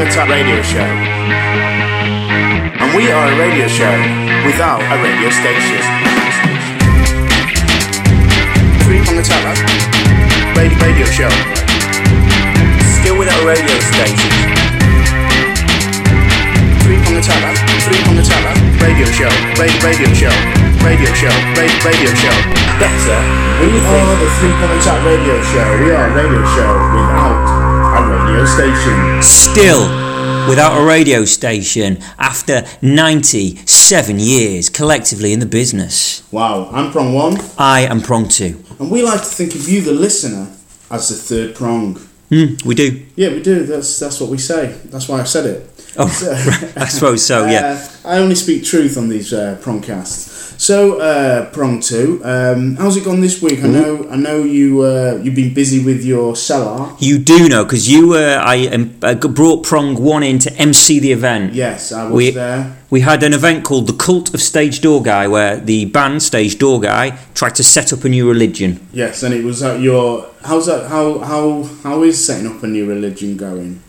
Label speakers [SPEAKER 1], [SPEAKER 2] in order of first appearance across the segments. [SPEAKER 1] the Tap Radio Show. And we are a radio show without a radio station. Three on the Tap right? Radio, radio Show. Still without a radio station. Three on the Tap right? Three on the Tap right? Radio Show. Radio, radio Show. Radio Show. Radio, radio Show. Better. We are the Three on the Tap Radio Show. We are a radio show without a radio station.
[SPEAKER 2] Still without a radio station after 97 years collectively in the business.
[SPEAKER 1] Wow, I'm prong one,
[SPEAKER 2] I am prong two.
[SPEAKER 1] and we like to think of you, the listener, as the third prong.
[SPEAKER 2] Mm, we do.
[SPEAKER 1] Yeah, we do. That's that's what we say. That's why I said it.
[SPEAKER 2] Oh,
[SPEAKER 1] So-
[SPEAKER 2] right, I suppose so, yeah.
[SPEAKER 1] Uh, I only speak truth on these uh, prongcasts. So, uh, prong two, um, how's it gone this week?
[SPEAKER 2] Mm-hmm.
[SPEAKER 1] I know, I know you uh, you've been busy with your cellar.
[SPEAKER 2] You do know because you were. I um, uh, brought prong one in to MC the event.
[SPEAKER 1] Yes, I was
[SPEAKER 2] We-
[SPEAKER 1] there.
[SPEAKER 2] We had an event called the Cult of Stage Door Guy, where the band Stage Door Guy tried to set up a new religion.
[SPEAKER 1] Yes, and it was at your. How's that? How how how is setting up a new religion going?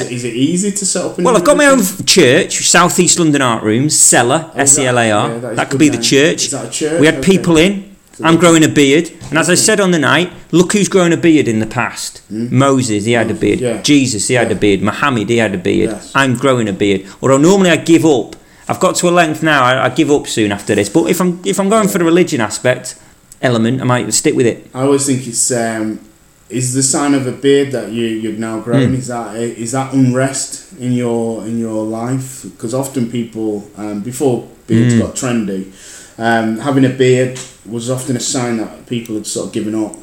[SPEAKER 1] Is it, is it easy to set up? A new
[SPEAKER 2] well, I've got my own
[SPEAKER 1] religion?
[SPEAKER 2] church, South East London Art Rooms, Cellar,
[SPEAKER 1] Oh, that-
[SPEAKER 2] S E L A
[SPEAKER 1] yeah,
[SPEAKER 2] R.
[SPEAKER 1] that is
[SPEAKER 2] that could
[SPEAKER 1] good
[SPEAKER 2] be the
[SPEAKER 1] name.
[SPEAKER 2] church.
[SPEAKER 1] Is that a church?
[SPEAKER 2] We had
[SPEAKER 1] Okay.
[SPEAKER 2] people in. I'm growing a beard, and
[SPEAKER 1] Hmm.
[SPEAKER 2] as I said on the night, look who's grown a beard in the past. Moses, he had a beard.
[SPEAKER 1] Yeah.
[SPEAKER 2] Jesus, he had a
[SPEAKER 1] Yeah.
[SPEAKER 2] beard. Muhammad, he had a beard.
[SPEAKER 1] Yes.
[SPEAKER 2] I'm growing a beard. Although normally I give up. I've got to a length now. I, I give up soon after this. But if I'm if I'm going for the religion aspect element, I might stick with it.
[SPEAKER 1] I always think it's um, is the sign of a beard that you you've now grown.
[SPEAKER 2] Hmm.
[SPEAKER 1] Is that is that unrest in your in your life? Because often people um, before beards
[SPEAKER 2] Hmm.
[SPEAKER 1] got trendy, um, having a beard was often a sign that people had sort of given up.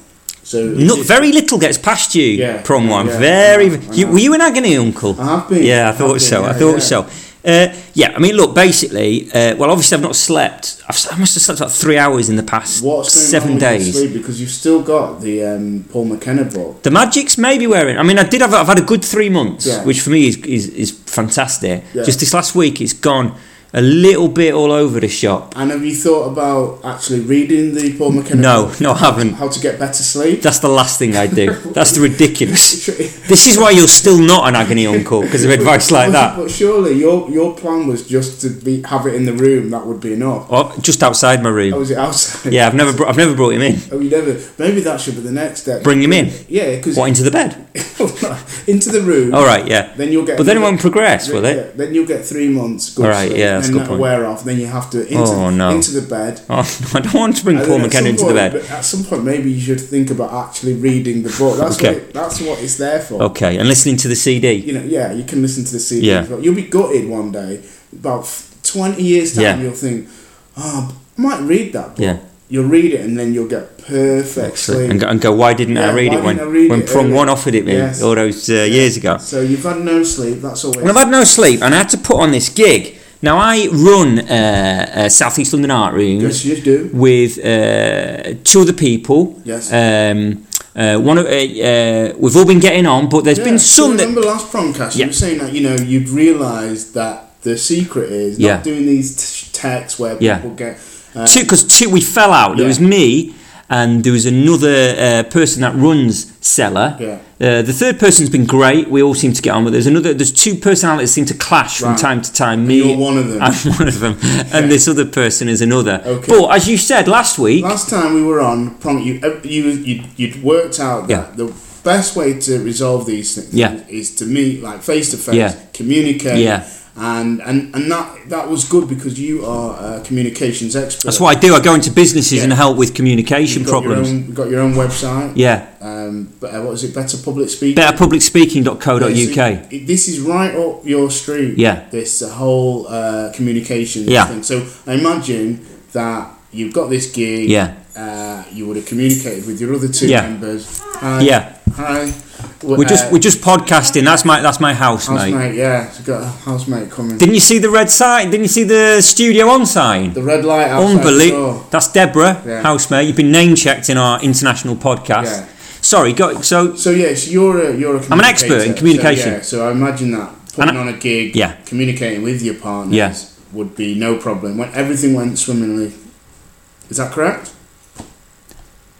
[SPEAKER 1] So is
[SPEAKER 2] Not
[SPEAKER 1] it-
[SPEAKER 2] very little gets past you,
[SPEAKER 1] Yeah,
[SPEAKER 2] prong
[SPEAKER 1] yeah,
[SPEAKER 2] one.
[SPEAKER 1] yeah,
[SPEAKER 2] very.
[SPEAKER 1] I know, I
[SPEAKER 2] you,
[SPEAKER 1] know.
[SPEAKER 2] were you in agony, Uncle?
[SPEAKER 1] I have been.
[SPEAKER 2] Yeah, I
[SPEAKER 1] I've
[SPEAKER 2] thought
[SPEAKER 1] been,
[SPEAKER 2] so. I
[SPEAKER 1] yeah,
[SPEAKER 2] thought
[SPEAKER 1] yeah.
[SPEAKER 2] so. Uh, yeah, I mean, look, basically, uh, well, obviously, I've not slept. I've, s- I must have slept about three hours in the past
[SPEAKER 1] What's going
[SPEAKER 2] seven
[SPEAKER 1] on with your
[SPEAKER 2] days.
[SPEAKER 1] sleep? Because you've still got the um, Paul McKenna book.
[SPEAKER 2] The Magic's maybe wearing. I mean, I did have. I've had a good three months,
[SPEAKER 1] Yeah.
[SPEAKER 2] which for me is is, is fantastic.
[SPEAKER 1] Yeah.
[SPEAKER 2] Just this last week, it's gone a little bit all over the shop.
[SPEAKER 1] And have you thought about actually reading the Paul McKenna?
[SPEAKER 2] No,
[SPEAKER 1] book?
[SPEAKER 2] no, I haven't.
[SPEAKER 1] How to get better sleep?
[SPEAKER 2] That's the last thing I do. That's ridiculous. This is why you're still not an agony uncle because of advice like
[SPEAKER 1] But-
[SPEAKER 2] that.
[SPEAKER 1] But surely your your plan was just to be have it in the room. That would be enough.
[SPEAKER 2] Or Oh, just outside my
[SPEAKER 1] Or
[SPEAKER 2] room.
[SPEAKER 1] was it outside?
[SPEAKER 2] Yeah, I've never, br- I've never brought him in.
[SPEAKER 1] Oh, you never. Maybe that should be the next step.
[SPEAKER 2] Bring him in.
[SPEAKER 1] Yeah, because
[SPEAKER 2] What into the bed?
[SPEAKER 1] into the room.
[SPEAKER 2] All right, yeah.
[SPEAKER 1] Then you'll get.
[SPEAKER 2] But then it
[SPEAKER 1] another-
[SPEAKER 2] won't progress, will
[SPEAKER 1] yeah,
[SPEAKER 2] it?
[SPEAKER 1] then you'll get three months. Good
[SPEAKER 2] All right,
[SPEAKER 1] sleep,
[SPEAKER 2] yeah, that's
[SPEAKER 1] Then
[SPEAKER 2] a good
[SPEAKER 1] that'll
[SPEAKER 2] point.
[SPEAKER 1] wear off. Then you have to into,
[SPEAKER 2] Oh, no.
[SPEAKER 1] into the bed.
[SPEAKER 2] Oh, no, I don't want to bring
[SPEAKER 1] And
[SPEAKER 2] Paul
[SPEAKER 1] then at
[SPEAKER 2] McKenna
[SPEAKER 1] some
[SPEAKER 2] into the
[SPEAKER 1] point-
[SPEAKER 2] bed.
[SPEAKER 1] but At some point, maybe you should think about actually reading the book. That's
[SPEAKER 2] Okay.
[SPEAKER 1] what it, that's what it's there for.
[SPEAKER 2] Okay, and listening to the CD.
[SPEAKER 1] you know, yeah, you can listen to the CD.
[SPEAKER 2] Yeah.
[SPEAKER 1] but You'll be gutted one day. About f- 20 years time,
[SPEAKER 2] Yeah.
[SPEAKER 1] you'll think, oh, I might read that book.
[SPEAKER 2] Yeah.
[SPEAKER 1] You'll read it and then you'll get perfect
[SPEAKER 2] Excellent. And
[SPEAKER 1] sleep.
[SPEAKER 2] go, and go why didn't I
[SPEAKER 1] Yeah,
[SPEAKER 2] read
[SPEAKER 1] why
[SPEAKER 2] it when,
[SPEAKER 1] didn't I read
[SPEAKER 2] when
[SPEAKER 1] it
[SPEAKER 2] Prong
[SPEAKER 1] earlier?
[SPEAKER 2] 1 offered it me
[SPEAKER 1] Yes.
[SPEAKER 2] all those uh, years ago?
[SPEAKER 1] So you've had no sleep, that's all it
[SPEAKER 2] Well,
[SPEAKER 1] is.
[SPEAKER 2] I've had no sleep and I had to put on this gig. Now, I run uh, uh, South East London Art
[SPEAKER 1] Yes,
[SPEAKER 2] Rooms
[SPEAKER 1] you do.
[SPEAKER 2] with uh, two other people.
[SPEAKER 1] Yes.
[SPEAKER 2] Um, uh, one of, uh, uh, we've all been getting on, but there's
[SPEAKER 1] Yeah,
[SPEAKER 2] been
[SPEAKER 1] you
[SPEAKER 2] some that
[SPEAKER 1] remember last promcast, you
[SPEAKER 2] Yeah.
[SPEAKER 1] were saying that, you know, you'd realised that the secret is not
[SPEAKER 2] Yeah.
[SPEAKER 1] doing these t- texts where
[SPEAKER 2] Yeah.
[SPEAKER 1] people get... Uh,
[SPEAKER 2] two because two we fell out. There
[SPEAKER 1] Yeah.
[SPEAKER 2] was me and there was another uh, person that runs Cellar.
[SPEAKER 1] Yeah.
[SPEAKER 2] Uh, the third person's been great. We all seem to get on with. There's another. There's two personalities seem to clash from
[SPEAKER 1] Right.
[SPEAKER 2] time to time. Me,
[SPEAKER 1] you're one of them.
[SPEAKER 2] I'm one of them, and this other person is another.
[SPEAKER 1] Okay.
[SPEAKER 2] But as you said last week,
[SPEAKER 1] Last time we were on prom, you uh, you you you'd worked out that
[SPEAKER 2] Yeah.
[SPEAKER 1] the best way to resolve these things
[SPEAKER 2] Yeah.
[SPEAKER 1] is to meet like face to face,
[SPEAKER 2] Yeah.
[SPEAKER 1] communicate,
[SPEAKER 2] Yeah.
[SPEAKER 1] and and and that that was good because you are a communications expert.
[SPEAKER 2] that's what I do. I go into businesses
[SPEAKER 1] Yeah.
[SPEAKER 2] and help with communication
[SPEAKER 1] You've got
[SPEAKER 2] problems.
[SPEAKER 1] Your own, you've got your own website.
[SPEAKER 2] yeah.
[SPEAKER 1] Um, but uh, what is it? Better public speaking.
[SPEAKER 2] Betterpublicspeaking.co.uk.
[SPEAKER 1] Yeah, so it- this is right up your street.
[SPEAKER 2] Yeah.
[SPEAKER 1] This whole uh, communication
[SPEAKER 2] Yeah.
[SPEAKER 1] thing. So I imagine that you've got this gig.
[SPEAKER 2] Yeah.
[SPEAKER 1] Uh, you would have communicated with your other two
[SPEAKER 2] Yeah.
[SPEAKER 1] members. Hi.
[SPEAKER 2] Yeah.
[SPEAKER 1] Hi. Uh,
[SPEAKER 2] we're just we're just podcasting. That's my that's my house,
[SPEAKER 1] housemate.
[SPEAKER 2] mate.
[SPEAKER 1] Yeah, so got a housemate coming.
[SPEAKER 2] Didn't you see the red sign? Didn't you see the studio on sign?
[SPEAKER 1] the red light outside. The
[SPEAKER 2] Unbelievable.
[SPEAKER 1] door.
[SPEAKER 2] That's Deborah,
[SPEAKER 1] Yeah.
[SPEAKER 2] housemate. You've been name checked in our international podcast.
[SPEAKER 1] Yeah.
[SPEAKER 2] Sorry, got so
[SPEAKER 1] So yes, you're a you're a.
[SPEAKER 2] I'm an expert in
[SPEAKER 1] communicator,
[SPEAKER 2] communication.
[SPEAKER 1] So, yeah, so I imagine that putting
[SPEAKER 2] And I-
[SPEAKER 1] on a gig,
[SPEAKER 2] Yeah.
[SPEAKER 1] communicating with your partners
[SPEAKER 2] Yeah.
[SPEAKER 1] would be no problem when everything went swimmingly. Is that correct?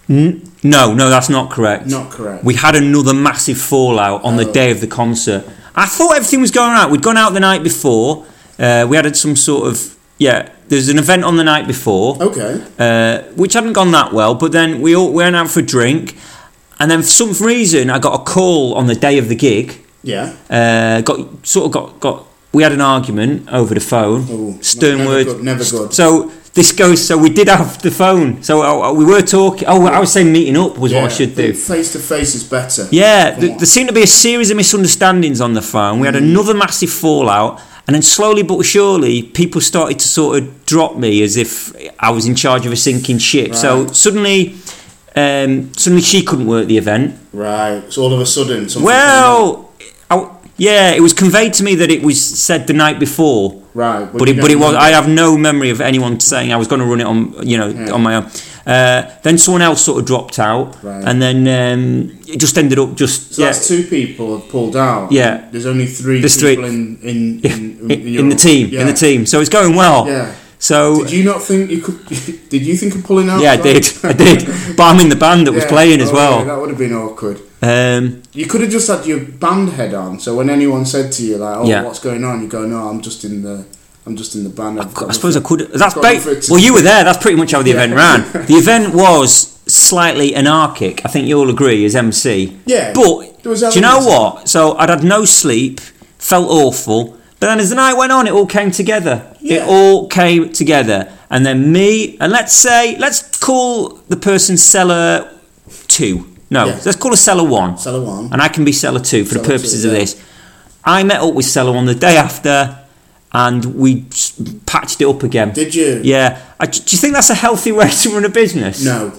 [SPEAKER 2] n- no, no, that's not correct.
[SPEAKER 1] Not correct.
[SPEAKER 2] We had another massive fallout on the
[SPEAKER 1] Oh.
[SPEAKER 2] day of the concert. I thought everything was going right. We'd gone out the night before. Uh, we had some sort of yeah. There's an event on the night before,
[SPEAKER 1] Okay.
[SPEAKER 2] uh, which hadn't gone that well. But then we all went out for a drink, and then for some reason I got a call on the day of the gig.
[SPEAKER 1] Yeah.
[SPEAKER 2] Uh, got sort of got got. We had an argument over the phone.
[SPEAKER 1] Oh,
[SPEAKER 2] Stern
[SPEAKER 1] never
[SPEAKER 2] word.
[SPEAKER 1] good, never good.
[SPEAKER 2] So this goes. So we did have the phone. So uh, we were talking. Oh, I was saying meeting up was what I should do.
[SPEAKER 1] Face to face is better.
[SPEAKER 2] Yeah,
[SPEAKER 1] From
[SPEAKER 2] th-
[SPEAKER 1] what-
[SPEAKER 2] there seemed to be a series of misunderstandings on the phone. We had another massive fallout, and then slowly but surely, people started to sort of drop me as if I was in charge of a sinking ship. So
[SPEAKER 1] Right.
[SPEAKER 2] suddenly, um, suddenly she couldn't work the event.
[SPEAKER 1] Right. So all of a sudden, something
[SPEAKER 2] Well, I, yeah, it was conveyed to me that it was said the night before.
[SPEAKER 1] Right, but
[SPEAKER 2] But
[SPEAKER 1] you
[SPEAKER 2] it, but it
[SPEAKER 1] don't
[SPEAKER 2] was.
[SPEAKER 1] remember.
[SPEAKER 2] I have no memory of anyone saying I was going to run it on, you know, on my own. Uh, then someone else sort of dropped out,
[SPEAKER 1] Right.
[SPEAKER 2] and then um, it just ended up just
[SPEAKER 1] So
[SPEAKER 2] yeah,
[SPEAKER 1] that's two people have pulled out.
[SPEAKER 2] Yeah.
[SPEAKER 1] There's only three
[SPEAKER 2] There's three.
[SPEAKER 1] people in in, in, in,
[SPEAKER 2] in, in
[SPEAKER 1] your-
[SPEAKER 2] the team,
[SPEAKER 1] Yeah.
[SPEAKER 2] in the team. So it's going well.
[SPEAKER 1] Yeah.
[SPEAKER 2] So uh,
[SPEAKER 1] Did you not think you could? did you think of pulling out?
[SPEAKER 2] yeah, I
[SPEAKER 1] Right.
[SPEAKER 2] did, I did. But I'm in the band that was
[SPEAKER 1] Yeah.
[SPEAKER 2] playing as
[SPEAKER 1] Oh, yeah,
[SPEAKER 2] well.
[SPEAKER 1] that would have been awkward.
[SPEAKER 2] Um,
[SPEAKER 1] You could have just had your band head on, so when anyone said to you like, "Oh,
[SPEAKER 2] Yeah.
[SPEAKER 1] what's going on?" you go, "No, I'm just in the, I'm just in the band." I've got
[SPEAKER 2] I suppose I
[SPEAKER 1] nothing-
[SPEAKER 2] could. That's
[SPEAKER 1] got nothing
[SPEAKER 2] ba-
[SPEAKER 1] to
[SPEAKER 2] well,
[SPEAKER 1] do."
[SPEAKER 2] you were there. That's pretty much how the
[SPEAKER 1] Yeah.
[SPEAKER 2] event ran. The event was slightly anarchic. I think you'll agree as MC.
[SPEAKER 1] Yeah.
[SPEAKER 2] But
[SPEAKER 1] There was
[SPEAKER 2] do you know
[SPEAKER 1] elements of
[SPEAKER 2] what? So I'd had no sleep, felt awful. But then as the night went on, it all came together.
[SPEAKER 1] Yeah.
[SPEAKER 2] It all came together, and then me and let's say let's call the person seller two. No,
[SPEAKER 1] Yeah.
[SPEAKER 2] let's call her seller one.
[SPEAKER 1] Seller one.
[SPEAKER 2] And I can be seller two for the
[SPEAKER 1] Seller two,
[SPEAKER 2] purposes of
[SPEAKER 1] yeah.
[SPEAKER 2] this. I met up with seller one the day after, and we s- patched it up again.
[SPEAKER 1] Did you?
[SPEAKER 2] Yeah. I, do you think that's a healthy way to run a business?
[SPEAKER 1] No.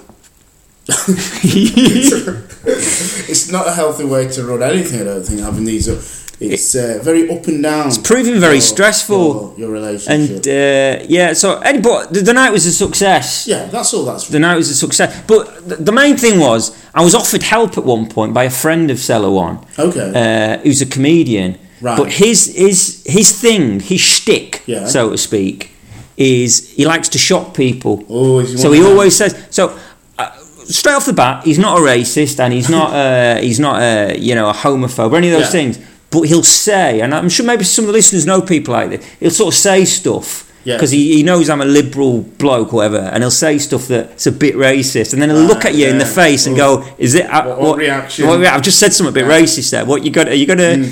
[SPEAKER 1] it's not a healthy way to run anything. I don't think having these. uh, It's uh, very up and down. It's
[SPEAKER 2] proving very stressful.
[SPEAKER 1] Your, your relationship.
[SPEAKER 2] and uh, yeah, so any, but the, the night was a success.
[SPEAKER 1] yeah, that's all. That's
[SPEAKER 2] The night was a success. But the, the main thing was, I was offered help at one point by a friend of seller one,
[SPEAKER 1] okay.
[SPEAKER 2] uh, who's a comedian.
[SPEAKER 1] Right.
[SPEAKER 2] But his his his thing, his shtick,
[SPEAKER 1] Yeah.
[SPEAKER 2] so to speak, is he likes to shock people.
[SPEAKER 1] Oh, is he
[SPEAKER 2] so
[SPEAKER 1] one
[SPEAKER 2] he
[SPEAKER 1] of them?
[SPEAKER 2] always says so. Uh, straight off the bat, he's not a racist and he's not uh, he's not uh, you know a homophobe or any of those
[SPEAKER 1] Yeah.
[SPEAKER 2] things. But he'll say, and I'm sure maybe some of the listeners know people like this. He'll sort of say stuff
[SPEAKER 1] Yeah.
[SPEAKER 2] because he, he knows I'm a liberal bloke, or whatever, and he'll say stuff that's a bit racist, and then he'll look
[SPEAKER 1] Ah,
[SPEAKER 2] at you in the
[SPEAKER 1] yeah.
[SPEAKER 2] face and
[SPEAKER 1] Oh.
[SPEAKER 2] go, "Is it uh,
[SPEAKER 1] What- what reaction? Mm.
[SPEAKER 2] what rea- I've just said something a bit racist there. What you got? Are you gonna?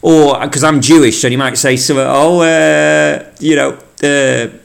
[SPEAKER 2] Or because I'm Jewish, so you might say something. Oh, uh, you know, uh,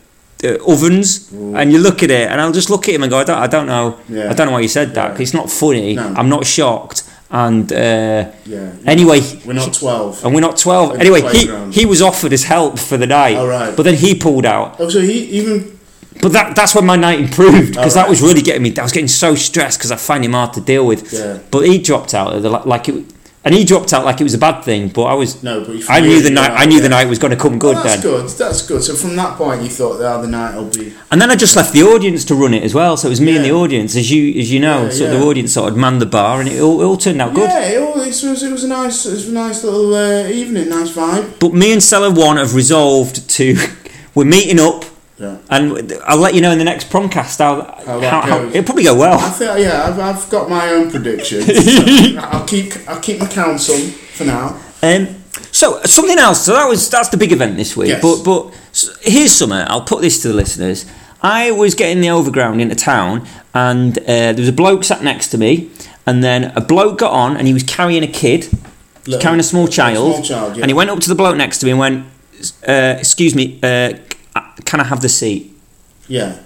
[SPEAKER 2] uh, ovens, and you look at it, and I'll just look at him and go, I don't, I don't know,
[SPEAKER 1] Mm. Yeah.
[SPEAKER 2] I don't know why you said that.
[SPEAKER 1] Yeah.
[SPEAKER 2] 'cause it's not funny.
[SPEAKER 1] No.
[SPEAKER 2] I'm not shocked. And uh,
[SPEAKER 1] Yeah.
[SPEAKER 2] anyway,
[SPEAKER 1] We're not twelve.
[SPEAKER 2] and we're not twelve.
[SPEAKER 1] In the
[SPEAKER 2] Anyway, he
[SPEAKER 1] playground.
[SPEAKER 2] he was offered his help for the night,
[SPEAKER 1] All right.
[SPEAKER 2] but then he pulled out.
[SPEAKER 1] Oh, so he even
[SPEAKER 2] But that that's when my night improved because that
[SPEAKER 1] Alright.
[SPEAKER 2] was really getting me. I was getting so stressed because I find him hard to deal with.
[SPEAKER 1] Yeah.
[SPEAKER 2] But he dropped out of the, like it, and he dropped out like it was a bad thing. But I was
[SPEAKER 1] no, but he-
[SPEAKER 2] I knew the night. I knew
[SPEAKER 1] Yeah.
[SPEAKER 2] the night was going to come good
[SPEAKER 1] Well,
[SPEAKER 2] then.
[SPEAKER 1] that's good. That's good. So from that point, you thought the other night will be.
[SPEAKER 2] And then I just left the audience to run it as well. So it was me and the
[SPEAKER 1] Yeah.
[SPEAKER 2] audience, as you as you know.
[SPEAKER 1] Yeah,
[SPEAKER 2] so
[SPEAKER 1] yeah.
[SPEAKER 2] the audience sort of manned the bar, and it all, it all turned out good.
[SPEAKER 1] Yeah, it was, it was. It was a nice. It was a nice little uh, evening. Nice vibe.
[SPEAKER 2] But me and Seller One have resolved to we're meeting up,
[SPEAKER 1] Yeah.
[SPEAKER 2] and I'll let you know in the next promcast how
[SPEAKER 1] How
[SPEAKER 2] how,
[SPEAKER 1] that
[SPEAKER 2] how
[SPEAKER 1] goes.
[SPEAKER 2] it'll probably go
[SPEAKER 1] I
[SPEAKER 2] well.
[SPEAKER 1] feel yeah. I've, I've got my own predictions. I'll keep. I'll keep my counsel for now.
[SPEAKER 2] Um, so something else. So that was that's the big event this week.
[SPEAKER 1] Yes.
[SPEAKER 2] But but s- here's something. I'll put this to the listeners. I was getting the overground into town, and uh, there was a bloke sat next to me, and then a bloke got on, and he was carrying a kid, He was
[SPEAKER 1] Little-
[SPEAKER 2] carrying a small child,
[SPEAKER 1] small child, yeah.
[SPEAKER 2] and he went up to the bloke next to me and went, uh, "Excuse me, uh, c- uh, can I have the seat?
[SPEAKER 1] Yeah.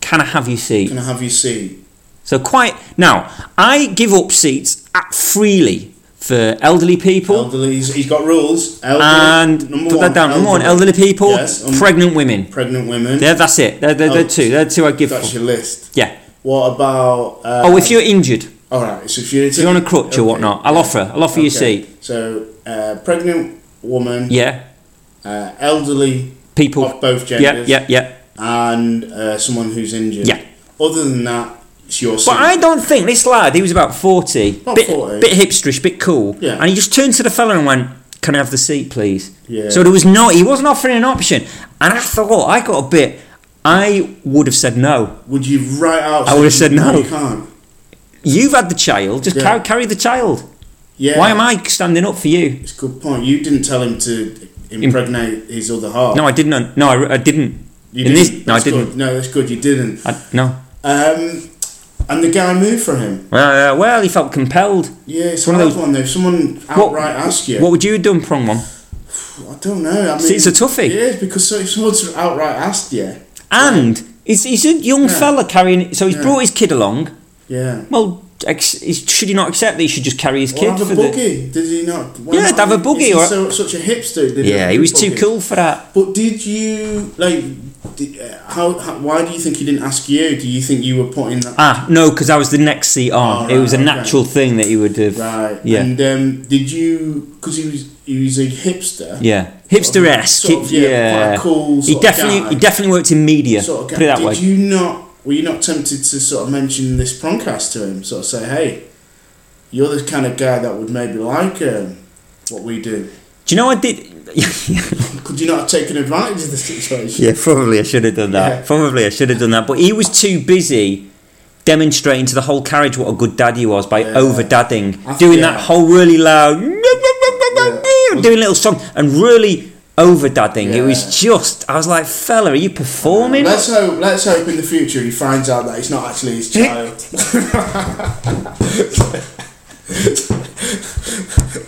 [SPEAKER 2] Can I have your seat?"
[SPEAKER 1] Can I have your seat?
[SPEAKER 2] So quite now, I give up seats at, freely for elderly people.
[SPEAKER 1] Elderly. He's, he's got rules. Elderly.
[SPEAKER 2] and
[SPEAKER 1] number
[SPEAKER 2] put
[SPEAKER 1] one,
[SPEAKER 2] that down. Number one, elderly people,
[SPEAKER 1] Yes, um,
[SPEAKER 2] pregnant women.
[SPEAKER 1] Pregnant women.
[SPEAKER 2] Yeah, that's it. They're, they're, they're
[SPEAKER 1] Oh,
[SPEAKER 2] two. They're two I give.
[SPEAKER 1] That's
[SPEAKER 2] For.
[SPEAKER 1] your list.
[SPEAKER 2] Yeah.
[SPEAKER 1] What about? Uh,
[SPEAKER 2] Oh, if you're injured,
[SPEAKER 1] All right. So if you're,
[SPEAKER 2] if you're on a crutch
[SPEAKER 1] Okay,
[SPEAKER 2] or whatnot, I'll
[SPEAKER 1] yeah.
[SPEAKER 2] offer. I'll offer you a
[SPEAKER 1] Okay,
[SPEAKER 2] seat.
[SPEAKER 1] So uh, pregnant woman.
[SPEAKER 2] Yeah.
[SPEAKER 1] Uh, elderly
[SPEAKER 2] People.
[SPEAKER 1] of both
[SPEAKER 2] Yeah,
[SPEAKER 1] genders.
[SPEAKER 2] yeah, yeah.
[SPEAKER 1] And uh, someone who's injured.
[SPEAKER 2] Yeah.
[SPEAKER 1] Other than that, it's your seat.
[SPEAKER 2] But I don't think this lad. He was about forty.
[SPEAKER 1] About
[SPEAKER 2] bit,
[SPEAKER 1] 40.
[SPEAKER 2] bit hipsterish, bit cool.
[SPEAKER 1] Yeah.
[SPEAKER 2] And he just turned to the fella and went, "Can I have the seat, please?"
[SPEAKER 1] Yeah.
[SPEAKER 2] So there was no. He wasn't offering an option, and I thought I got a bit. I would have said no.
[SPEAKER 1] Would you write out?
[SPEAKER 2] I would've
[SPEAKER 1] something
[SPEAKER 2] said no.
[SPEAKER 1] You can't.
[SPEAKER 2] You've had the child. Just
[SPEAKER 1] Yeah.
[SPEAKER 2] carry, carry the child.
[SPEAKER 1] Yeah.
[SPEAKER 2] Why am I standing up for you?
[SPEAKER 1] It's a good point. You didn't tell him to impregnate his other half.
[SPEAKER 2] No, I didn't. No, I, I didn't.
[SPEAKER 1] you
[SPEAKER 2] in
[SPEAKER 1] didn't.
[SPEAKER 2] this- no, I
[SPEAKER 1] That's good.
[SPEAKER 2] didn't.
[SPEAKER 1] No, that's good. You didn't.
[SPEAKER 2] I, no.
[SPEAKER 1] Um, and the guy moved for him.
[SPEAKER 2] Uh, well, he felt compelled.
[SPEAKER 1] Yeah, it's
[SPEAKER 2] One
[SPEAKER 1] one
[SPEAKER 2] of
[SPEAKER 1] hard
[SPEAKER 2] those-
[SPEAKER 1] one though. If someone
[SPEAKER 2] What-
[SPEAKER 1] outright asks you,
[SPEAKER 2] What would you have done, prong one?
[SPEAKER 1] I don't know. I mean,
[SPEAKER 2] See, it's a toughie.
[SPEAKER 1] Yeah, because so- if someone's outright asked you,
[SPEAKER 2] And he's, he's a young
[SPEAKER 1] Yeah.
[SPEAKER 2] fella carrying. So he's
[SPEAKER 1] Yeah.
[SPEAKER 2] brought his kid along.
[SPEAKER 1] yeah.
[SPEAKER 2] Well, ex- he- should he not accept that he should just carry his
[SPEAKER 1] Or
[SPEAKER 2] kid
[SPEAKER 1] have
[SPEAKER 2] for
[SPEAKER 1] a
[SPEAKER 2] the?
[SPEAKER 1] buggy? Did he not? why
[SPEAKER 2] Yeah,
[SPEAKER 1] not?
[SPEAKER 2] have a buggy
[SPEAKER 1] He's
[SPEAKER 2] or-
[SPEAKER 1] so, such a hipster. Did
[SPEAKER 2] Yeah, he was too cool for that.
[SPEAKER 1] But did you like? Did, uh, how, how? Why do you think he didn't ask you? Do you think you were putting that
[SPEAKER 2] Ah, no, because I was the next seat on.
[SPEAKER 1] Oh,
[SPEAKER 2] it was a
[SPEAKER 1] right, okay.
[SPEAKER 2] natural thing that he would have.
[SPEAKER 1] right?
[SPEAKER 2] Yeah.
[SPEAKER 1] And um, did you? Because he was he was a hipster.
[SPEAKER 2] Yeah, hipster esque.
[SPEAKER 1] Sort of, yeah, quite cool
[SPEAKER 2] he
[SPEAKER 1] sort of
[SPEAKER 2] definitely
[SPEAKER 1] guy.
[SPEAKER 2] he definitely worked in media.
[SPEAKER 1] Sort of,
[SPEAKER 2] put it that
[SPEAKER 1] did
[SPEAKER 2] way.
[SPEAKER 1] you not? Were you not tempted to sort of mention this promcast to him? Sort of say, hey, you're the kind of guy that would maybe like um, what we do.
[SPEAKER 2] Do you know I did?
[SPEAKER 1] Could you not have taken advantage of the situation?
[SPEAKER 2] yeah, probably I should have done that.
[SPEAKER 1] Yeah.
[SPEAKER 2] Probably I should have done that. But he was too busy demonstrating to the whole carriage what a good dad he was by
[SPEAKER 1] Yeah.
[SPEAKER 2] over dadding,
[SPEAKER 1] I-
[SPEAKER 2] doing
[SPEAKER 1] yeah.
[SPEAKER 2] that whole really loud,
[SPEAKER 1] Yeah.
[SPEAKER 2] doing little song and really over dadding. It
[SPEAKER 1] Yeah.
[SPEAKER 2] was just I was like, fella, are you performing?
[SPEAKER 1] Let's hope. Let's hope in the future he finds out that it's not actually his child.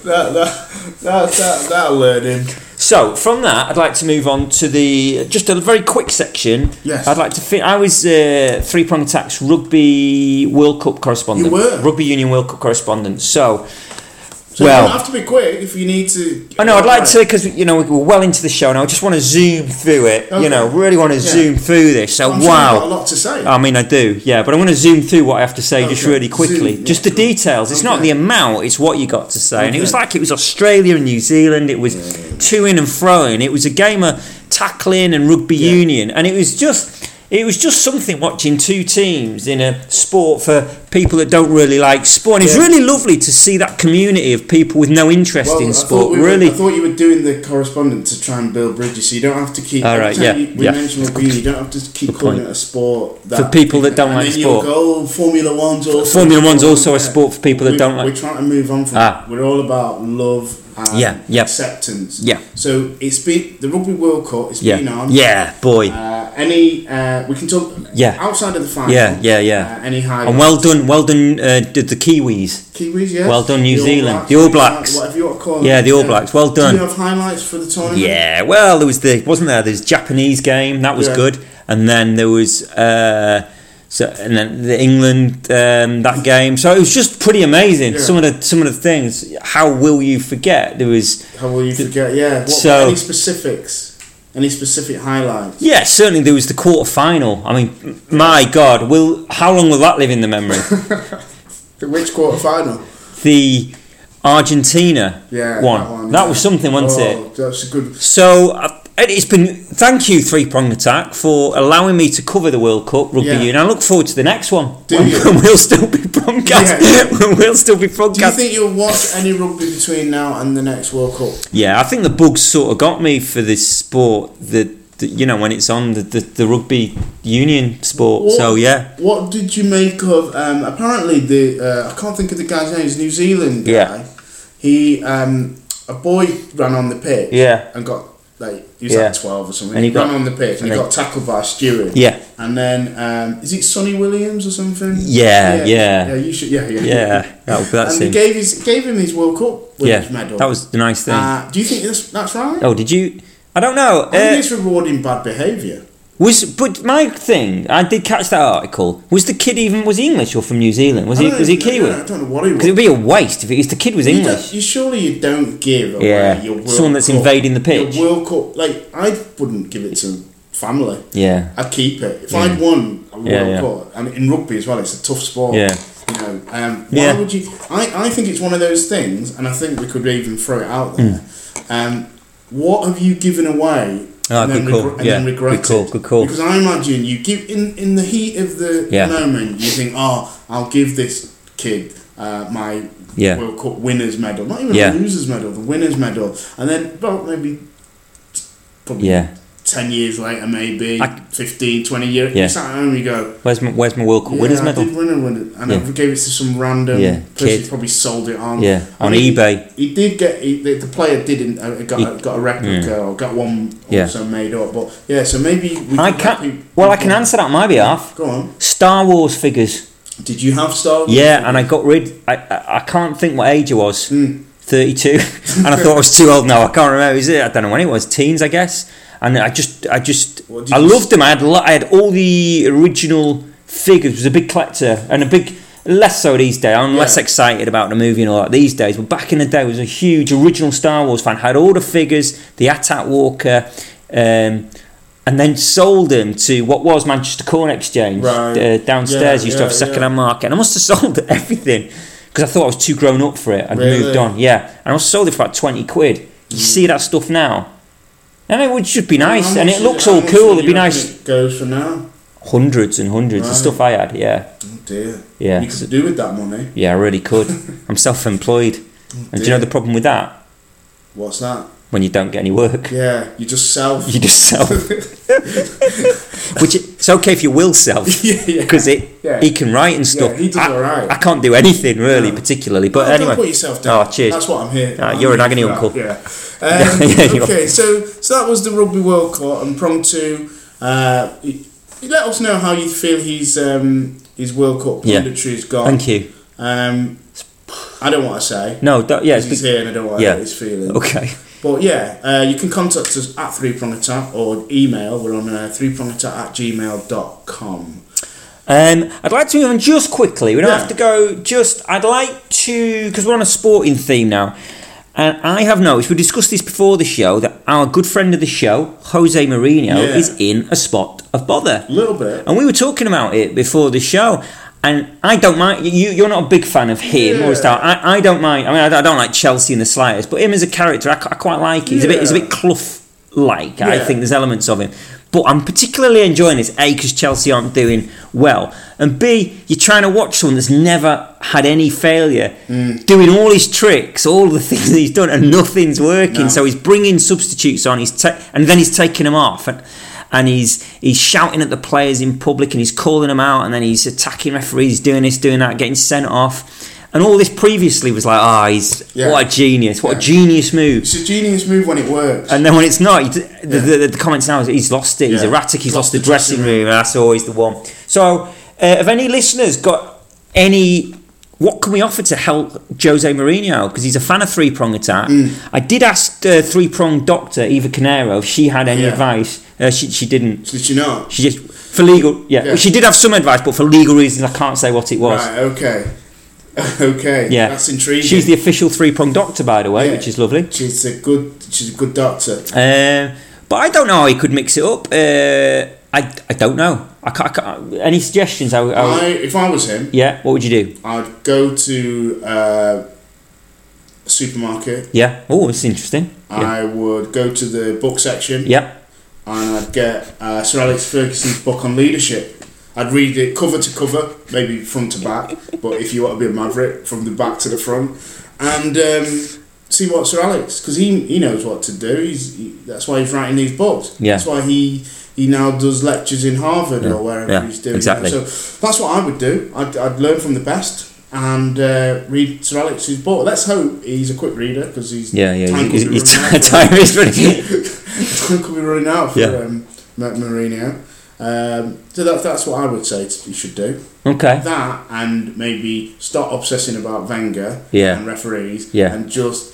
[SPEAKER 1] that that that that that'll learn him.
[SPEAKER 2] So from that, I'd like to move on to the just a very quick section.
[SPEAKER 1] Yes.
[SPEAKER 2] I'd like to. Fin- I was uh, three prong attacks rugby World Cup correspondent.
[SPEAKER 1] You were?
[SPEAKER 2] rugby union World Cup correspondent. So,
[SPEAKER 1] So
[SPEAKER 2] Well-
[SPEAKER 1] you don't have to be quick if you need to.
[SPEAKER 2] I know I'd like to because you know we're well into the show now. I just want to zoom through it. You
[SPEAKER 1] Okay.
[SPEAKER 2] know, really want to
[SPEAKER 1] Yeah.
[SPEAKER 2] zoom through this. So
[SPEAKER 1] I'm sure you've got a
[SPEAKER 2] wow.
[SPEAKER 1] lot to say.
[SPEAKER 2] I mean, I do, yeah, but I want to zoom through what I have to say just
[SPEAKER 1] Okay.
[SPEAKER 2] really quickly.
[SPEAKER 1] Zoom, yeah,
[SPEAKER 2] just the
[SPEAKER 1] cool.
[SPEAKER 2] details. It's not
[SPEAKER 1] Okay.
[SPEAKER 2] the amount, it's what you got to say. And it was
[SPEAKER 1] Okay.
[SPEAKER 2] like it was Australia and New Zealand. It was two in and throwing. It was a game of tackling and rugby
[SPEAKER 1] Yeah.
[SPEAKER 2] union. And it was just. It was just something watching two teams in a sport for people that don't really like sport. And it's
[SPEAKER 1] Yeah.
[SPEAKER 2] really lovely to see that community of people with no interest
[SPEAKER 1] Well,
[SPEAKER 2] in
[SPEAKER 1] I thought
[SPEAKER 2] sport.
[SPEAKER 1] we were-
[SPEAKER 2] really,
[SPEAKER 1] I thought you were doing the correspondent to try and build bridges, so you don't have to keep.
[SPEAKER 2] All
[SPEAKER 1] every
[SPEAKER 2] right,
[SPEAKER 1] time
[SPEAKER 2] yeah,
[SPEAKER 1] You, we
[SPEAKER 2] yeah.
[SPEAKER 1] mention rugby, you don't have to keep
[SPEAKER 2] Good
[SPEAKER 1] calling
[SPEAKER 2] point.
[SPEAKER 1] it a sport. That,
[SPEAKER 2] For people that don't
[SPEAKER 1] and
[SPEAKER 2] like
[SPEAKER 1] then
[SPEAKER 2] sport.
[SPEAKER 1] You'll go, "Oh, Formula One's also.
[SPEAKER 2] Formula One's also a
[SPEAKER 1] Yeah.
[SPEAKER 2] sport for people that
[SPEAKER 1] we,
[SPEAKER 2] don't like-
[SPEAKER 1] We're trying to move on from.
[SPEAKER 2] Ah.
[SPEAKER 1] We're all about love and
[SPEAKER 2] Yeah, yeah.
[SPEAKER 1] acceptance.
[SPEAKER 2] Yeah.
[SPEAKER 1] So it's been the Rugby World Cup. It's
[SPEAKER 2] yeah,
[SPEAKER 1] been on.
[SPEAKER 2] yeah, boy,
[SPEAKER 1] Uh, any uh, we can talk.
[SPEAKER 2] Yeah.
[SPEAKER 1] Outside of the final.
[SPEAKER 2] Yeah, yeah, yeah.
[SPEAKER 1] Uh, any high.
[SPEAKER 2] and well done, well done, uh, did the Kiwis.
[SPEAKER 1] Kiwis, yes.
[SPEAKER 2] Well done, New
[SPEAKER 1] All
[SPEAKER 2] Zealand. The All Blacks.
[SPEAKER 1] Whatever you want to call
[SPEAKER 2] Yeah,
[SPEAKER 1] them.
[SPEAKER 2] the All Blacks. Well done.
[SPEAKER 1] Do you have highlights for the tournament?
[SPEAKER 2] Yeah, well, there was the wasn't there? There's Japanese game that was
[SPEAKER 1] Yeah.
[SPEAKER 2] good, and then there was uh, so and then the England um, that game. So it was just pretty amazing.
[SPEAKER 1] Yeah.
[SPEAKER 2] Some of the some of the things. How will you forget? There was
[SPEAKER 1] How will you forget? Yeah. What,
[SPEAKER 2] So-
[SPEAKER 1] any specifics? Any specific highlights?
[SPEAKER 2] yeah, certainly there was the quarter final. I mean, m- my God, will how long will that live in the memory?
[SPEAKER 1] The which quarter final?
[SPEAKER 2] the Argentina
[SPEAKER 1] Yeah.
[SPEAKER 2] one. That,
[SPEAKER 1] That, one, yeah.
[SPEAKER 2] was something, wasn't it?
[SPEAKER 1] oh, That's a good.
[SPEAKER 2] So uh, it's been thank you three prong attack for allowing me to cover the World Cup rugby
[SPEAKER 1] Yeah.
[SPEAKER 2] union. I look forward to the next one.
[SPEAKER 1] Do
[SPEAKER 2] when,
[SPEAKER 1] you?
[SPEAKER 2] when we'll still be prongcast.
[SPEAKER 1] Yeah.
[SPEAKER 2] When we'll still be
[SPEAKER 1] Do you
[SPEAKER 2] prongcast.
[SPEAKER 1] think you'll watch any rugby between now and the next World Cup?
[SPEAKER 2] yeah, I think the bugs sort of got me for this sport. That that, you know when it's on the the, the rugby union sport.
[SPEAKER 1] What-
[SPEAKER 2] So yeah,
[SPEAKER 1] What did you make of? Um, apparently, the uh, I can't think of the guy's name. He's New Zealand guy.
[SPEAKER 2] Yeah.
[SPEAKER 1] He um, a boy ran on the pitch.
[SPEAKER 2] yeah,
[SPEAKER 1] and got like he was
[SPEAKER 2] Yeah.
[SPEAKER 1] like twelve or something. And
[SPEAKER 2] And he
[SPEAKER 1] he, ran
[SPEAKER 2] got-
[SPEAKER 1] on the pitch and
[SPEAKER 2] and
[SPEAKER 1] he
[SPEAKER 2] he-
[SPEAKER 1] got tackled by a steward.
[SPEAKER 2] yeah,
[SPEAKER 1] And then um, is it Sonny Williams or something?
[SPEAKER 2] Yeah, yeah.
[SPEAKER 1] yeah. You should, yeah, yeah,
[SPEAKER 2] yeah. That, that's
[SPEAKER 1] and he
[SPEAKER 2] it.
[SPEAKER 1] gave his gave him his World Cup
[SPEAKER 2] Yeah,
[SPEAKER 1] winners medal.
[SPEAKER 2] that was the nice thing.
[SPEAKER 1] Uh, do you think that's that's right?
[SPEAKER 2] oh, did you? I don't know.
[SPEAKER 1] I think
[SPEAKER 2] uh,
[SPEAKER 1] it's rewarding bad behaviour.
[SPEAKER 2] Was but my thing, I did catch that article. Was the kid even was he English or from New Zealand? Was he
[SPEAKER 1] I don't
[SPEAKER 2] was he
[SPEAKER 1] know,
[SPEAKER 2] Kiwi?
[SPEAKER 1] I don't know what he
[SPEAKER 2] Because
[SPEAKER 1] was.
[SPEAKER 2] it'd be a waste if, it, if the kid was
[SPEAKER 1] You,
[SPEAKER 2] English.
[SPEAKER 1] don't- you surely you don't give away
[SPEAKER 2] Yeah,
[SPEAKER 1] your World
[SPEAKER 2] someone that's
[SPEAKER 1] Cup-
[SPEAKER 2] invading the pitch.
[SPEAKER 1] Your World Cup, like I wouldn't give it to family.
[SPEAKER 2] Yeah,
[SPEAKER 1] I'd keep it. If I'd won a World
[SPEAKER 2] Mm. Yeah, yeah.
[SPEAKER 1] Cup, and in rugby as well, it's a tough sport.
[SPEAKER 2] Yeah.
[SPEAKER 1] You know, um, why
[SPEAKER 2] Yeah.
[SPEAKER 1] would you? I, I think it's one of those things, and I think we could even throw it out there. Um, what have you given away?
[SPEAKER 2] Mm. Ah,
[SPEAKER 1] and
[SPEAKER 2] good
[SPEAKER 1] then
[SPEAKER 2] call.
[SPEAKER 1] regre- and
[SPEAKER 2] Yeah,
[SPEAKER 1] then
[SPEAKER 2] good
[SPEAKER 1] regret
[SPEAKER 2] call,
[SPEAKER 1] it?
[SPEAKER 2] good call.
[SPEAKER 1] Because I imagine you give in in the heat of the
[SPEAKER 2] Yeah.
[SPEAKER 1] moment, you think, "Oh, I'll give this kid uh, my
[SPEAKER 2] Yeah.
[SPEAKER 1] World Cup winners medal, not even
[SPEAKER 2] Yeah.
[SPEAKER 1] a losers medal, the winners medal," and then, well, maybe probably
[SPEAKER 2] yeah.
[SPEAKER 1] 10 years later, maybe
[SPEAKER 2] I-
[SPEAKER 1] 15, 20 years.
[SPEAKER 2] Yeah.
[SPEAKER 1] You sat at home and you go,
[SPEAKER 2] Where's my, where's my World Cup
[SPEAKER 1] yeah,
[SPEAKER 2] winners
[SPEAKER 1] I
[SPEAKER 2] medal?
[SPEAKER 1] did win a winner, and
[SPEAKER 2] Yeah.
[SPEAKER 1] I gave it to some random
[SPEAKER 2] Yeah,
[SPEAKER 1] person
[SPEAKER 2] kid.
[SPEAKER 1] who probably sold it on.
[SPEAKER 2] Yeah,
[SPEAKER 1] I
[SPEAKER 2] on
[SPEAKER 1] mean,
[SPEAKER 2] eBay.
[SPEAKER 1] He did get he, the, the player didn't uh, got,
[SPEAKER 2] He-
[SPEAKER 1] got a replica or got one
[SPEAKER 2] Yeah.
[SPEAKER 1] also made up, but yeah. So maybe we
[SPEAKER 2] I
[SPEAKER 1] could let
[SPEAKER 2] can't.
[SPEAKER 1] peop-
[SPEAKER 2] Well, I
[SPEAKER 1] people-
[SPEAKER 2] can answer that on my behalf.
[SPEAKER 1] Go on.
[SPEAKER 2] Star Wars figures.
[SPEAKER 1] Did you have Star? Wars?
[SPEAKER 2] Yeah, and I got rid. I I, I can't think what age I was.
[SPEAKER 1] Mm.
[SPEAKER 2] Thirty-two, and I thought I was too old. now. I can't remember. Is it? I don't know when it was. Teens, I guess. And I just, I just,
[SPEAKER 1] What did
[SPEAKER 2] I
[SPEAKER 1] you
[SPEAKER 2] loved them. I had, lo- I had all the original figures. Was a big collector and a big. Less so these days. I'm less
[SPEAKER 1] Yeah.
[SPEAKER 2] excited about the movie and all that these days. But back in the day, I was a huge original Star Wars fan. Had all the figures, the Attack Walker, um, and then sold them to what was Manchester Corn Exchange
[SPEAKER 1] Right.
[SPEAKER 2] uh, downstairs.
[SPEAKER 1] Yeah,
[SPEAKER 2] used to
[SPEAKER 1] yeah,
[SPEAKER 2] have
[SPEAKER 1] yeah.
[SPEAKER 2] second hand market, and I must have sold everything because I thought I was too grown up for it. I'd
[SPEAKER 1] Really? Mm.
[SPEAKER 2] moved on, yeah. And I was sold it for about twenty quid. You see that stuff now, and it would just be nice,
[SPEAKER 1] How
[SPEAKER 2] and
[SPEAKER 1] much
[SPEAKER 2] it
[SPEAKER 1] is
[SPEAKER 2] looks
[SPEAKER 1] how
[SPEAKER 2] all
[SPEAKER 1] much
[SPEAKER 2] cool.
[SPEAKER 1] do
[SPEAKER 2] It'd
[SPEAKER 1] you
[SPEAKER 2] be nice.
[SPEAKER 1] reckon It goes for now.
[SPEAKER 2] Hundreds and hundreds of
[SPEAKER 1] Right.
[SPEAKER 2] stuff I had, yeah,
[SPEAKER 1] Oh dear.
[SPEAKER 2] Yeah.
[SPEAKER 1] You could do with that money.
[SPEAKER 2] yeah. I really could. I'm self-employed, and do you
[SPEAKER 1] dear.
[SPEAKER 2] know the problem with that?
[SPEAKER 1] What's that?
[SPEAKER 2] When you don't get any work,
[SPEAKER 1] Yeah, you just self.
[SPEAKER 2] you just sell. Which it's okay if you will sell.
[SPEAKER 1] yeah, yeah.
[SPEAKER 2] because it
[SPEAKER 1] Yeah.
[SPEAKER 2] he can write and stuff.
[SPEAKER 1] he does
[SPEAKER 2] I,
[SPEAKER 1] alright.
[SPEAKER 2] I can't do anything really,
[SPEAKER 1] No.
[SPEAKER 2] particularly. But
[SPEAKER 1] Oh,
[SPEAKER 2] anyway,
[SPEAKER 1] don't put yourself down.
[SPEAKER 2] Oh, cheers.
[SPEAKER 1] That's what I'm here.
[SPEAKER 2] Ah,
[SPEAKER 1] I'm
[SPEAKER 2] you're an
[SPEAKER 1] here
[SPEAKER 2] agony
[SPEAKER 1] for that,
[SPEAKER 2] uncle.
[SPEAKER 1] Yeah.
[SPEAKER 2] Yeah,
[SPEAKER 1] Um,
[SPEAKER 2] you
[SPEAKER 1] okay, so so that was the Rugby World Cup impromptu. Uh, y- let us know how you feel his um, his World Cup
[SPEAKER 2] Yeah.
[SPEAKER 1] punditry has gone.
[SPEAKER 2] Thank you.
[SPEAKER 1] Um, I don't want to say.
[SPEAKER 2] No, don't, yeah,
[SPEAKER 1] 'cause
[SPEAKER 2] it's
[SPEAKER 1] He's
[SPEAKER 2] be-
[SPEAKER 1] here and I don't want to
[SPEAKER 2] Yeah.
[SPEAKER 1] hurt his feelings.
[SPEAKER 2] okay.
[SPEAKER 1] But yeah, uh, you can contact us at Three Prong Attack or email. We're on uh, three prong attack at gmail.com.
[SPEAKER 2] Um, I'd like to move on just quickly. We don't
[SPEAKER 1] Yeah.
[SPEAKER 2] have to go. Just I'd like to because we're on a sporting theme now, and I have noticed we discussed this before the show that our good friend of the show Jose Mourinho
[SPEAKER 1] Yeah.
[SPEAKER 2] is in a spot of bother.
[SPEAKER 1] A little bit.
[SPEAKER 2] And we were talking about it before the show. And I don't mind. You, you're not a big fan of him or his style. I, I don't mind. I mean, I don't, I don't like Chelsea in the slightest, but him as a character, I, qu- I quite like. it. He's a bit, he's a bit Clough like. I
[SPEAKER 1] Yeah.
[SPEAKER 2] think there's elements of him. But I'm particularly enjoying this A because Chelsea aren't doing well, and B you're trying to watch someone that's never had any failure
[SPEAKER 1] Mm.
[SPEAKER 2] doing all his tricks, all the things that he's done, and nothing's working.
[SPEAKER 1] No.
[SPEAKER 2] So he's bringing substitutes on. He's ta- and then he's taking them off, and and he's he's shouting at the players in public, and he's calling them out, and then he's attacking referees, he's doing this, doing that, getting sent off, and all this previously was like, ah, he's
[SPEAKER 1] Yeah.
[SPEAKER 2] what a genius, what
[SPEAKER 1] Yeah.
[SPEAKER 2] a genius move.
[SPEAKER 1] It's a genius move when it works.
[SPEAKER 2] And then when it's not, you- the, the, the comments now is he's lost it. He's
[SPEAKER 1] Yeah.
[SPEAKER 2] erratic. He's
[SPEAKER 1] Lost
[SPEAKER 2] lost, the
[SPEAKER 1] the
[SPEAKER 2] dressing
[SPEAKER 1] dressing
[SPEAKER 2] room. And that's always the one. So, uh, have any listeners got any? What can we offer to help Jose Mourinho? Because he's a fan of three prong attack. I did ask uh, three prong doctor Eva Canero if she had any
[SPEAKER 1] Yeah.
[SPEAKER 2] advice. Uh, she, she didn't.
[SPEAKER 1] Did you not?
[SPEAKER 2] She just for legal. Yeah,
[SPEAKER 1] Yeah.
[SPEAKER 2] she did have some advice, but for legal reasons, I can't say what it was.
[SPEAKER 1] Right, okay. okay.
[SPEAKER 2] Yeah,
[SPEAKER 1] That's intriguing.
[SPEAKER 2] She's the official three prong doctor, by the way,
[SPEAKER 1] Yeah.
[SPEAKER 2] which is lovely.
[SPEAKER 1] She's a good. She's a good doctor.
[SPEAKER 2] Um, but I don't know how he could mix it up. Uh, I, I don't know. I can't, I can't- any suggestions? I, I,
[SPEAKER 1] I, if I was him,
[SPEAKER 2] yeah, what would you do?
[SPEAKER 1] I'd go to uh, a supermarket.
[SPEAKER 2] Yeah. Oh, it's interesting. Yeah.
[SPEAKER 1] I would go to the book section,
[SPEAKER 2] yeah.
[SPEAKER 1] and I'd get uh, Sir Alex Ferguson's book on leadership. I'd read it cover to cover, maybe front to back, but if you want to be a maverick, from the back to the front, and um, see what Sir Alex, because he he knows what to do. He's he, that's why he's writing these books.
[SPEAKER 2] Yeah.
[SPEAKER 1] That's why he he now does lectures in Harvard or wherever
[SPEAKER 2] yeah,
[SPEAKER 1] he's doing. it.
[SPEAKER 2] exactly.
[SPEAKER 1] So that's what I would do. I'd, I'd learn from the best and uh, read Sir Alex's book. Let's hope he's a quick reader because he's
[SPEAKER 2] Yeah, yeah.
[SPEAKER 1] time
[SPEAKER 2] You,
[SPEAKER 1] could
[SPEAKER 2] you,
[SPEAKER 1] be
[SPEAKER 2] you,
[SPEAKER 1] running out for him
[SPEAKER 2] time is running.
[SPEAKER 1] could be running out for
[SPEAKER 2] Yeah.
[SPEAKER 1] um, Ma- Mourinho. Um, so that, that's what I would say t- you should do.
[SPEAKER 2] Okay.
[SPEAKER 1] That and maybe stop obsessing about Wenger
[SPEAKER 2] Yeah.
[SPEAKER 1] and referees
[SPEAKER 2] Yeah.
[SPEAKER 1] and just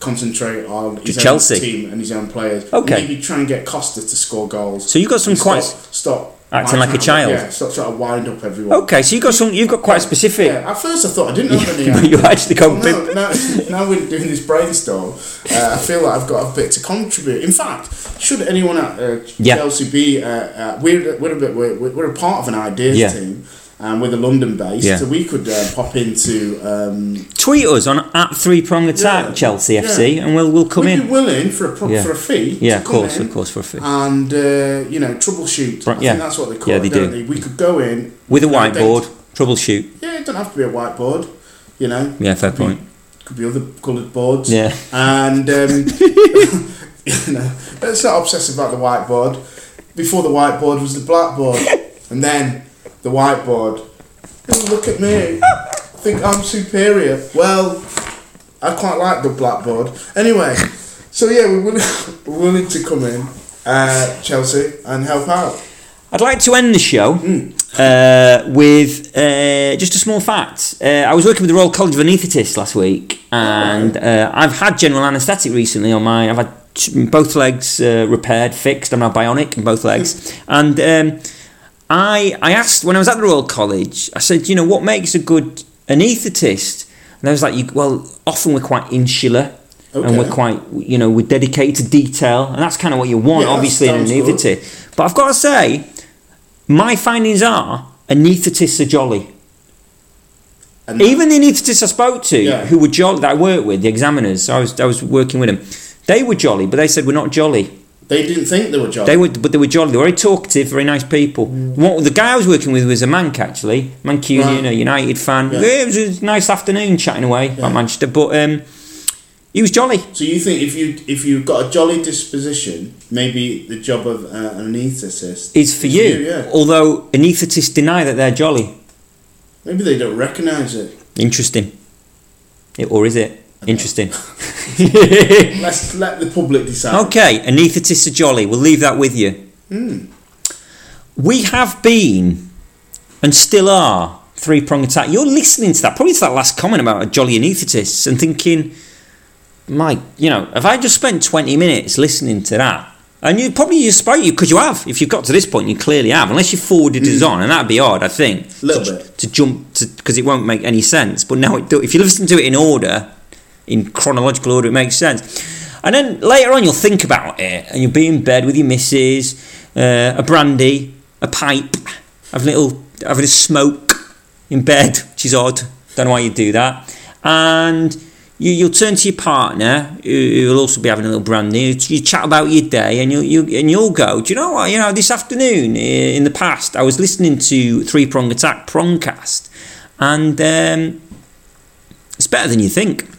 [SPEAKER 1] concentrate on his
[SPEAKER 2] To Chelsea.
[SPEAKER 1] own team and his own players.
[SPEAKER 2] Okay.
[SPEAKER 1] Maybe try and get Costa to score goals.
[SPEAKER 2] So you got some
[SPEAKER 1] And
[SPEAKER 2] quite-
[SPEAKER 1] Stop, stop
[SPEAKER 2] Acting like a
[SPEAKER 1] trying to-
[SPEAKER 2] child.
[SPEAKER 1] Yeah, stop trying to wind up everyone.
[SPEAKER 2] Okay. So you got some. You've got quite specific.
[SPEAKER 1] Yeah, at first I thought I didn't have any
[SPEAKER 2] but you actually got
[SPEAKER 1] no, now, now we're doing this brainstorm. Uh, I feel like I've got a bit to contribute. In fact, should anyone at uh,
[SPEAKER 2] Yeah.
[SPEAKER 1] Chelsea be, uh, uh, we're we're a bit we're, we're a part of an ideas
[SPEAKER 2] Yeah.
[SPEAKER 1] team. Um, with a London base,
[SPEAKER 2] Yeah.
[SPEAKER 1] so we could uh, pop into. Um,
[SPEAKER 2] Tweet us on at three prong attack
[SPEAKER 1] Yeah.
[SPEAKER 2] Chelsea
[SPEAKER 1] Yeah.
[SPEAKER 2] FC, and we'll we'll come
[SPEAKER 1] we'd be
[SPEAKER 2] in.
[SPEAKER 1] willing for a pro-
[SPEAKER 2] Yeah.
[SPEAKER 1] for a fee.
[SPEAKER 2] Yeah,
[SPEAKER 1] to
[SPEAKER 2] of
[SPEAKER 1] come
[SPEAKER 2] course,
[SPEAKER 1] in
[SPEAKER 2] of course, for a fee.
[SPEAKER 1] And uh, you know, troubleshoot.
[SPEAKER 2] Right,
[SPEAKER 1] I
[SPEAKER 2] yeah.
[SPEAKER 1] think that's what they call
[SPEAKER 2] Yeah,
[SPEAKER 1] it.
[SPEAKER 2] they
[SPEAKER 1] don't
[SPEAKER 2] do.
[SPEAKER 1] They? We could go in
[SPEAKER 2] With a
[SPEAKER 1] and ident-
[SPEAKER 2] whiteboard, troubleshoot.
[SPEAKER 1] Yeah, it don't have to be a whiteboard. You know,
[SPEAKER 2] Yeah, fair
[SPEAKER 1] Could be-
[SPEAKER 2] point.
[SPEAKER 1] Could be other coloured boards.
[SPEAKER 2] Yeah.
[SPEAKER 1] and um, you know, let's not obsess about the whiteboard. Before the whiteboard was the blackboard, and then the whiteboard. Oh, look at me. Think I'm superior. Well, I quite like the blackboard. Anyway, so yeah, we're willing, we're willing to come in, uh, Chelsea, and help out.
[SPEAKER 2] I'd like to end the show uh, with uh, just a small fact. Uh, I was working with the Royal College of Anaesthetists last week, and uh, I've had general anaesthetic recently on my. I've had t- both legs uh, repaired, fixed. I'm now bionic in both legs, and um, I I asked when I was at the Royal College. I said, you know, what makes a good anaesthetist? And I was like, you, well, often we're quite insular.
[SPEAKER 1] Okay.
[SPEAKER 2] And we're quite, you know, we're dedicated to detail, and that's kind of what you want,
[SPEAKER 1] Yeah, that
[SPEAKER 2] obviously, in an
[SPEAKER 1] sounds good.
[SPEAKER 2] anaesthetist. But I've got to say, my findings are anaesthetists are jolly.
[SPEAKER 1] And
[SPEAKER 2] Even the anaesthetists I spoke to,
[SPEAKER 1] Yeah.
[SPEAKER 2] who were jolly, that I worked with, the examiners, I was I was working with them. They were jolly, but they said we're not jolly.
[SPEAKER 1] they didn't think they were jobs.
[SPEAKER 2] They were, but they were jolly. They were very talkative, very nice people. What the guy I was working with was a Manc actually, Mancunian,
[SPEAKER 1] Mm. Right.
[SPEAKER 2] a United fan.
[SPEAKER 1] Yeah.
[SPEAKER 2] It was a nice afternoon chatting away
[SPEAKER 1] Yeah.
[SPEAKER 2] about Manchester, but um, he was jolly.
[SPEAKER 1] so you think if you if you've got a jolly disposition, maybe the job of uh, an anaesthetist
[SPEAKER 2] Is for you,
[SPEAKER 1] yeah.
[SPEAKER 2] although anaesthetists deny that they're jolly.
[SPEAKER 1] Maybe they don't recognise it.
[SPEAKER 2] Interesting, it, or is it interesting?
[SPEAKER 1] Let's let the public decide. Hmm.
[SPEAKER 2] Okay, anaesthetist jolly. We'll leave that with you. We have been and still are three prong attack. You're listening to that, probably to that last comment about a jolly anaesthetists and thinking, my, you know, have I just spent 20 minutes listening to that? And you probably just spoke you because you have. If you've got to this point, you clearly have, unless you forwarded us on, and that'd be odd, I think.
[SPEAKER 1] Mm. Little
[SPEAKER 2] to,
[SPEAKER 1] bit.
[SPEAKER 2] to jump to because it won't make any sense. But now it do. If you listen to it in order, in chronological order, it makes sense. And then later on, you'll think about it, and you'll be in bed with your missus, uh, a brandy, a pipe, having a little, having a smoke in bed, which is odd. Don't know why you do that. And you, you'll turn to your partner, who- who'll also be having a little brandy. You, you chat about your day, and you'll, you'll and you'll go. Do you know what? You know, this afternoon i- in the past, I was listening to Three Prong Attack Prongcast, and um, it's better than you think.